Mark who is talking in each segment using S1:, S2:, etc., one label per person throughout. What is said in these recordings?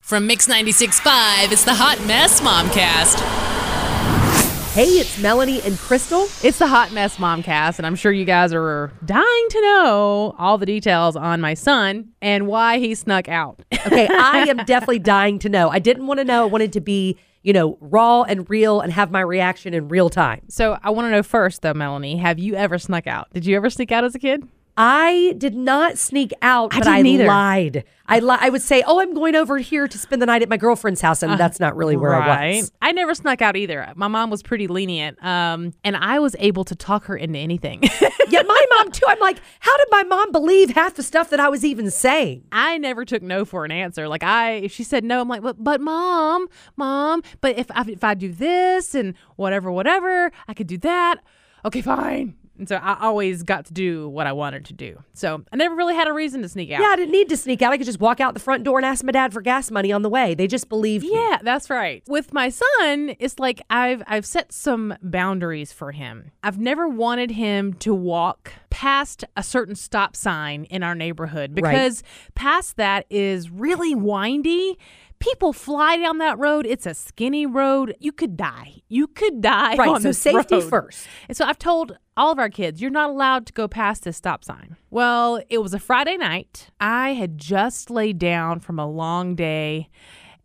S1: From Mix 96.5, it's the Hot Mess Momcast.
S2: Hey, it's Melanie and Crystal.
S1: It's the Hot Mess Momcast, and I'm sure you guys are dying to know all the details on my son and why he snuck out.
S2: Okay, I am definitely dying to know. I didn't want to know. I wanted to be, you know, raw and real and have my reaction in real time.
S1: so I want to know first, though, Melanie, have you ever snuck out? Did you ever sneak out as a kid?
S2: I did not sneak out, but I,
S1: didn't either.
S2: lied. I li- I would say, "Oh, I'm going over here to spend the night at my girlfriend's house,"
S1: Uh,
S2: and that's not really where I was.
S1: I never snuck out either. My mom was pretty lenient, um, and I was able to talk her into anything.
S2: Yet my mom too. I'm like, how did my mom believe half the stuff that I was even saying?
S1: I never took no for an answer. Like I, if she said no, I'm like, but, but mom, mom, but if I, if I do this and whatever, whatever, I could do that. Okay, fine. And so I always got to do what I wanted to do. So I never really had a reason to sneak out.
S2: Yeah, I didn't need to sneak out. I could just walk out the front door and ask my dad for gas money on the way. They just believed me.
S1: Yeah, that's right. With my son, it's like I've I've set some boundaries for him. I've never wanted him to walk past a certain stop sign in our neighborhood because past that is really windy. People fly down that road. It's a skinny road. You could die. You could die.
S2: Right,
S1: on
S2: so
S1: this
S2: safety
S1: road.
S2: first.
S1: And so I've told all of our kids, you're not allowed to go past this stop sign. Well, it was a Friday night. I had just laid down from a long day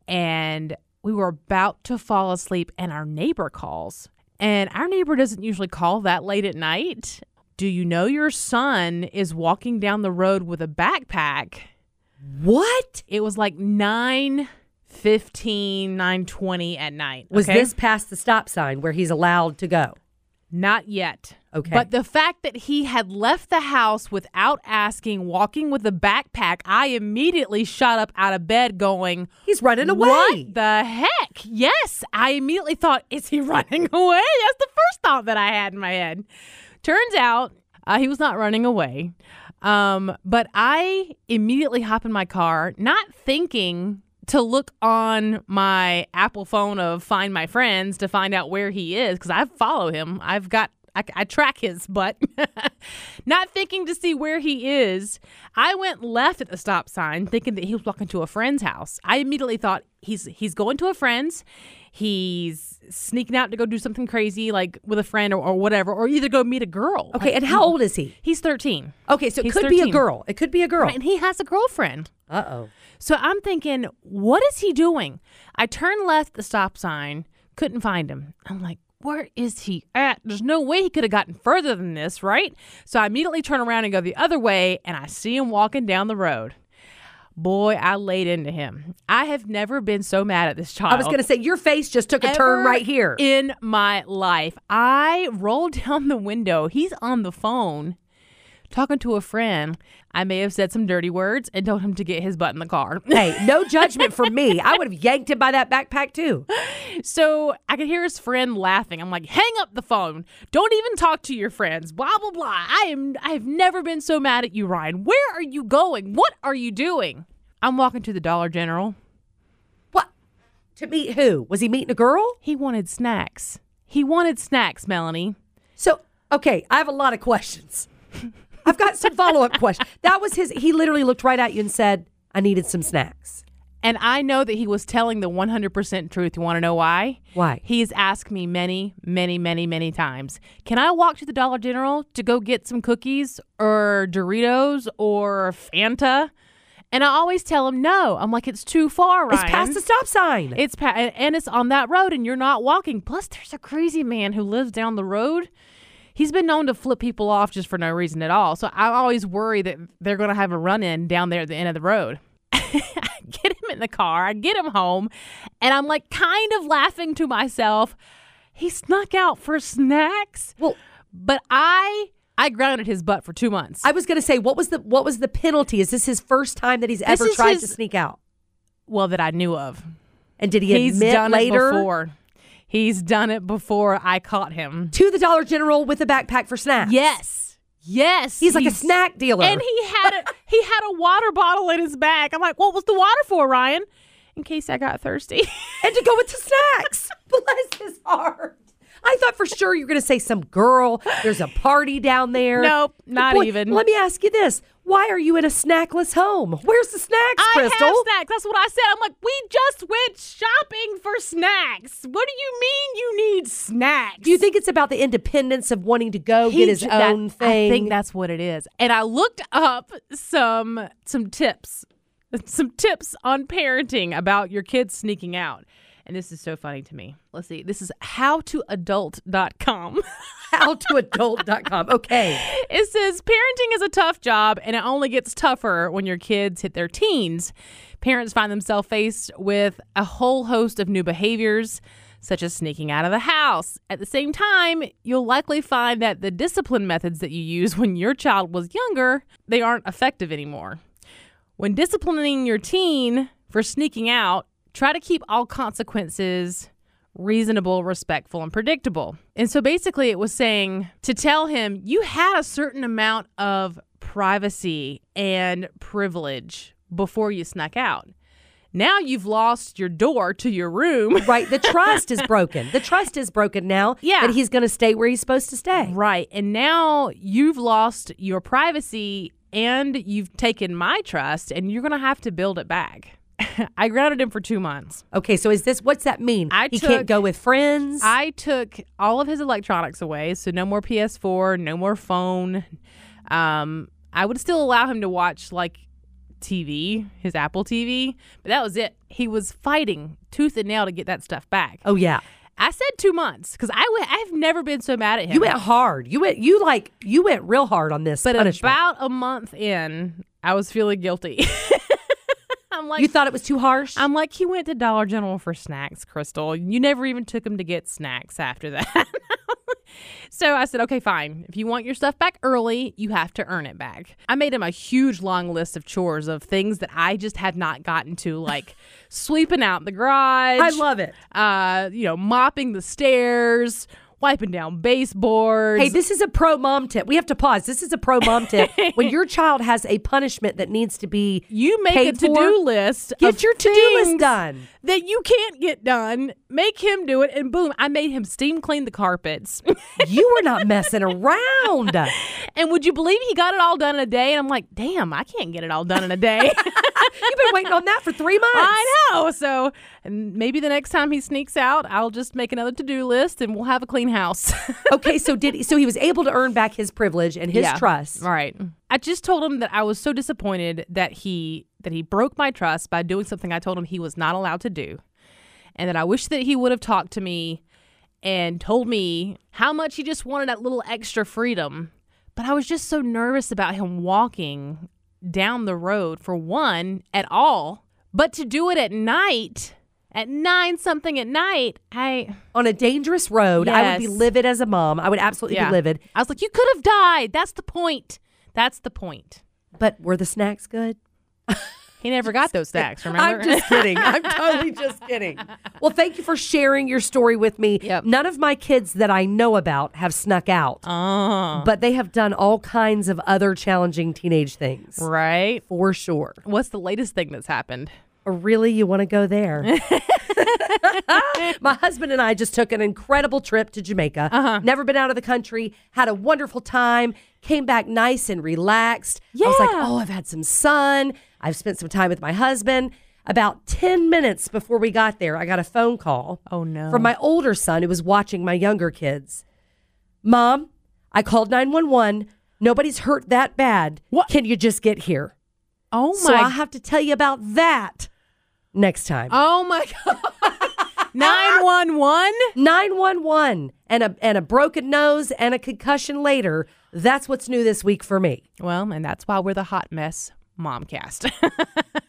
S1: and we were about to fall asleep, and our neighbor calls. And our neighbor doesn't usually call that late at night. Do you know your son is walking down the road with a backpack?
S2: What
S1: It was like 9 15, 9 20 at night.
S2: was
S1: okay?
S2: this past the stop sign where he's allowed to go?
S1: Not yet.
S2: Okay.
S1: But the fact that he had left the house without asking, walking with a backpack, I immediately shot up out of bed going,
S2: He's running away.
S1: What the heck? Yes. I immediately thought, Is he running away? That's the first thought that I had in my head. Turns out uh, he was not running away. Um, but I immediately hop in my car, not thinking to look on my Apple phone of Find My Friends to find out where he is because I follow him. I've got. I, I track his butt, not thinking to see where he is. I went left at the stop sign, thinking that he was walking to a friend's house. I immediately thought he's he's going to a friend's. He's sneaking out to go do something crazy, like with a friend or, or whatever, or either go meet a girl.
S2: Okay, and how old is he?
S1: He's 13.
S2: Okay, so it
S1: He's
S2: could be a
S1: 13.
S2: girl. It could be a girl.
S1: And he has a girlfriend.
S2: Uh oh.
S1: So I'm thinking, what is he doing? I turn left at the stop sign, couldn't find him. I'm like, where is he at? There's no way he could have gotten further than this, right? So I immediately turn around and go the other way, and I see him walking down the road. Boy, I laid into him. I have never been so mad at this child
S2: I was going to say, your face just took a turn
S1: ever
S2: right here.
S1: in my life. I roll down the window. He's on the phone talking to a friend. I may have said some dirty words and told him to get his butt in the car.
S2: hey, no judgment for me. I would have yanked him by that backpack too.
S1: so I could hear his friend laughing. I'm like, hang up the phone. Don't even talk to your friends. Blah blah blah. I am I've never been so mad at you, Ryan. Where are you going? What are you doing? I'm walking to the Dollar General.
S2: What? To meet who? Was he meeting a girl?
S1: He wanted snacks. He wanted snacks, Melanie.
S2: So, okay, I have a lot of questions. I've got some follow up questions. That was his. He literally looked right at you and said, I needed some snacks.
S1: And I know that he was telling the 100% truth. You want to know why?
S2: Why?
S1: He has asked me many, many, many, many times Can I walk to the Dollar General to go get some cookies or Doritos or Fanta? And I always tell him no. I'm like, It's too far, Ryan.
S2: It's past the stop sign.
S1: It's pa- and and it's on that road, and you're not walking. Plus, there's a crazy man who lives down the road. He's been known to flip people off just for no reason at all. So I always worry that they're going to have a run in down there at the end of the road. I get him in the car, I get him home, and I'm like kind of laughing to myself. He snuck out for snacks,
S2: well,
S1: but I I grounded his butt for two months.
S2: I was going to say, what was the what was the penalty? Is this his first time that he's ever
S1: is
S2: tried to
S1: his-
S2: sneak out?
S1: well, that I knew of.
S2: And did he
S1: He's
S2: admit
S1: done
S2: later
S1: it before. He's done it before I caught him.
S2: to the Dollar General with a backpack for snacks?
S1: Yes. Yes.
S2: He's like a snack dealer.
S1: And he had a he had a water bottle in his bag. I'm like, what was the water for, Ryan? In case I got thirsty.
S2: and to go with the snacks. Bless his heart. I thought for sure you were going to say some girl. There's a party down there.
S1: Nope,
S2: But
S1: not
S2: boy,
S1: even.
S2: Let me ask you this: Why are you in a snackless home? Where's the snacks,
S1: I have
S2: Crystal?
S1: snacks. That's what I said. I'm like, we just went shopping for snacks. What do you mean you need snacks?
S2: Do you think it's about the independence of wanting to go
S1: He
S2: get his
S1: j- that-
S2: own thing?
S1: I think that's what it is. And I looked up some some tips, some tips on parenting about your kids sneaking out. And this is so funny to me. Let's see. This is howtoadult.com.
S2: howtoadult.com. Okay.
S1: It says parenting is a tough job and it only gets tougher when your kids hit their teens. Parents find themselves faced with a whole host of new behaviors, such as sneaking out of the house. At the same time, you'll likely find that the discipline methods that you use when your child was younger, they aren't effective anymore. When disciplining your teen for sneaking out, try to keep all consequences reasonable, respectful, and predictable. And so basically, it was saying to tell him you had a certain amount of privacy and privilege before you snuck out. Now you've lost your door to your room.
S2: Right. The trust is broken. The trust is broken now.
S1: Yeah.
S2: That he's going to stay where he's supposed to stay.
S1: Right. And now you've lost your privacy and you've taken my trust, and you're going to have to build it back. I grounded him for two months.
S2: Okay. So is this? What's that mean?
S1: I
S2: he
S1: took-
S2: can't go with friends.
S1: I took all of his electronics away, so no more PS4, no more phone. Um, I would still allow him to watch like TV, his Apple TV, but that was it. He was fighting tooth and nail to get that stuff back.
S2: oh yeah.
S1: I said two months because I w- I've never been so mad at him.
S2: You went hard. You went. You like. You went real hard on this
S1: but
S2: punishment.
S1: about a month in, I was feeling guilty. I'm like,
S2: you thought it was too harsh.
S1: I'm like, he went to Dollar General for snacks, Crystal. You never even took him to get snacks after that. so I said, okay, fine. If you want your stuff back early, you have to earn it back. I made him a huge long list of chores of things that I just had not gotten to, like sweeping out the garage.
S2: I love it.
S1: uh, you know, mopping the stairs, wiping down baseboards.
S2: Hey, this is a pro mom tip. We have to pause. This is a pro mom tip. when your child has a punishment that needs to be,
S1: you make
S2: paid
S1: a to-do
S2: for,
S1: list.
S2: get
S1: of
S2: your to do
S1: things
S2: list done.
S1: that you can't get done. Make him do it, and boom, I made him steam clean the carpets.
S2: You were not messing around. you
S1: and would you believe he got it all done in a day? And I'm like, damn, I can't get it all done in a day.
S2: have been waiting on that for three months.
S1: I know. So and maybe the next time he sneaks out, I'll just make another to do list and we'll have a clean house.
S2: Okay, so did so he was able to earn back his privilege and his
S1: Yeah.
S2: trust.
S1: Right. I just told him that I was so disappointed that he that he broke my trust by doing something I told him he was not allowed to do. And that I wish that he would have talked to me and told me how much he just wanted that little extra freedom. But I was just so nervous about him walking down the road for one at all, but to do it at night, at 9 something at night, I
S2: On a dangerous road, I would be
S1: Yes.
S2: livid as a mom. I would absolutely
S1: Yeah.
S2: be livid.
S1: I was like you could have died. That's the point. That's the point.
S2: But were the snacks good?
S1: He never got those stacks, remember?
S2: I'm just kidding. I'm totally just kidding. Well, thank you for sharing your story with me.
S1: Yep.
S2: None of my kids that I know about have snuck out,
S1: Oh,
S2: but they have done all kinds of other challenging teenage things.
S1: right.
S2: For sure.
S1: What's the latest thing that's happened?
S2: Really, you want to go there? My husband and I just took an incredible trip to Jamaica.
S1: Uh-huh.
S2: Never been out of the country, had a wonderful time, came back nice and relaxed. I was like,
S1: Yeah.
S2: oh, I've had some sun. I've spent some time with my husband. About 10 minutes before we got there, I got a phone call
S1: Oh, no.
S2: from my older son who was watching my younger kids. Mom, I called 911. Nobody's hurt that bad.
S1: What?
S2: Can you just get here?
S1: Oh
S2: So I have to tell you about that next time.
S1: oh my god. Nine one one.
S2: 911 and a and a broken nose and a concussion later. That's what's new this week for me.
S1: Well, and that's why we're the hot mess momcast.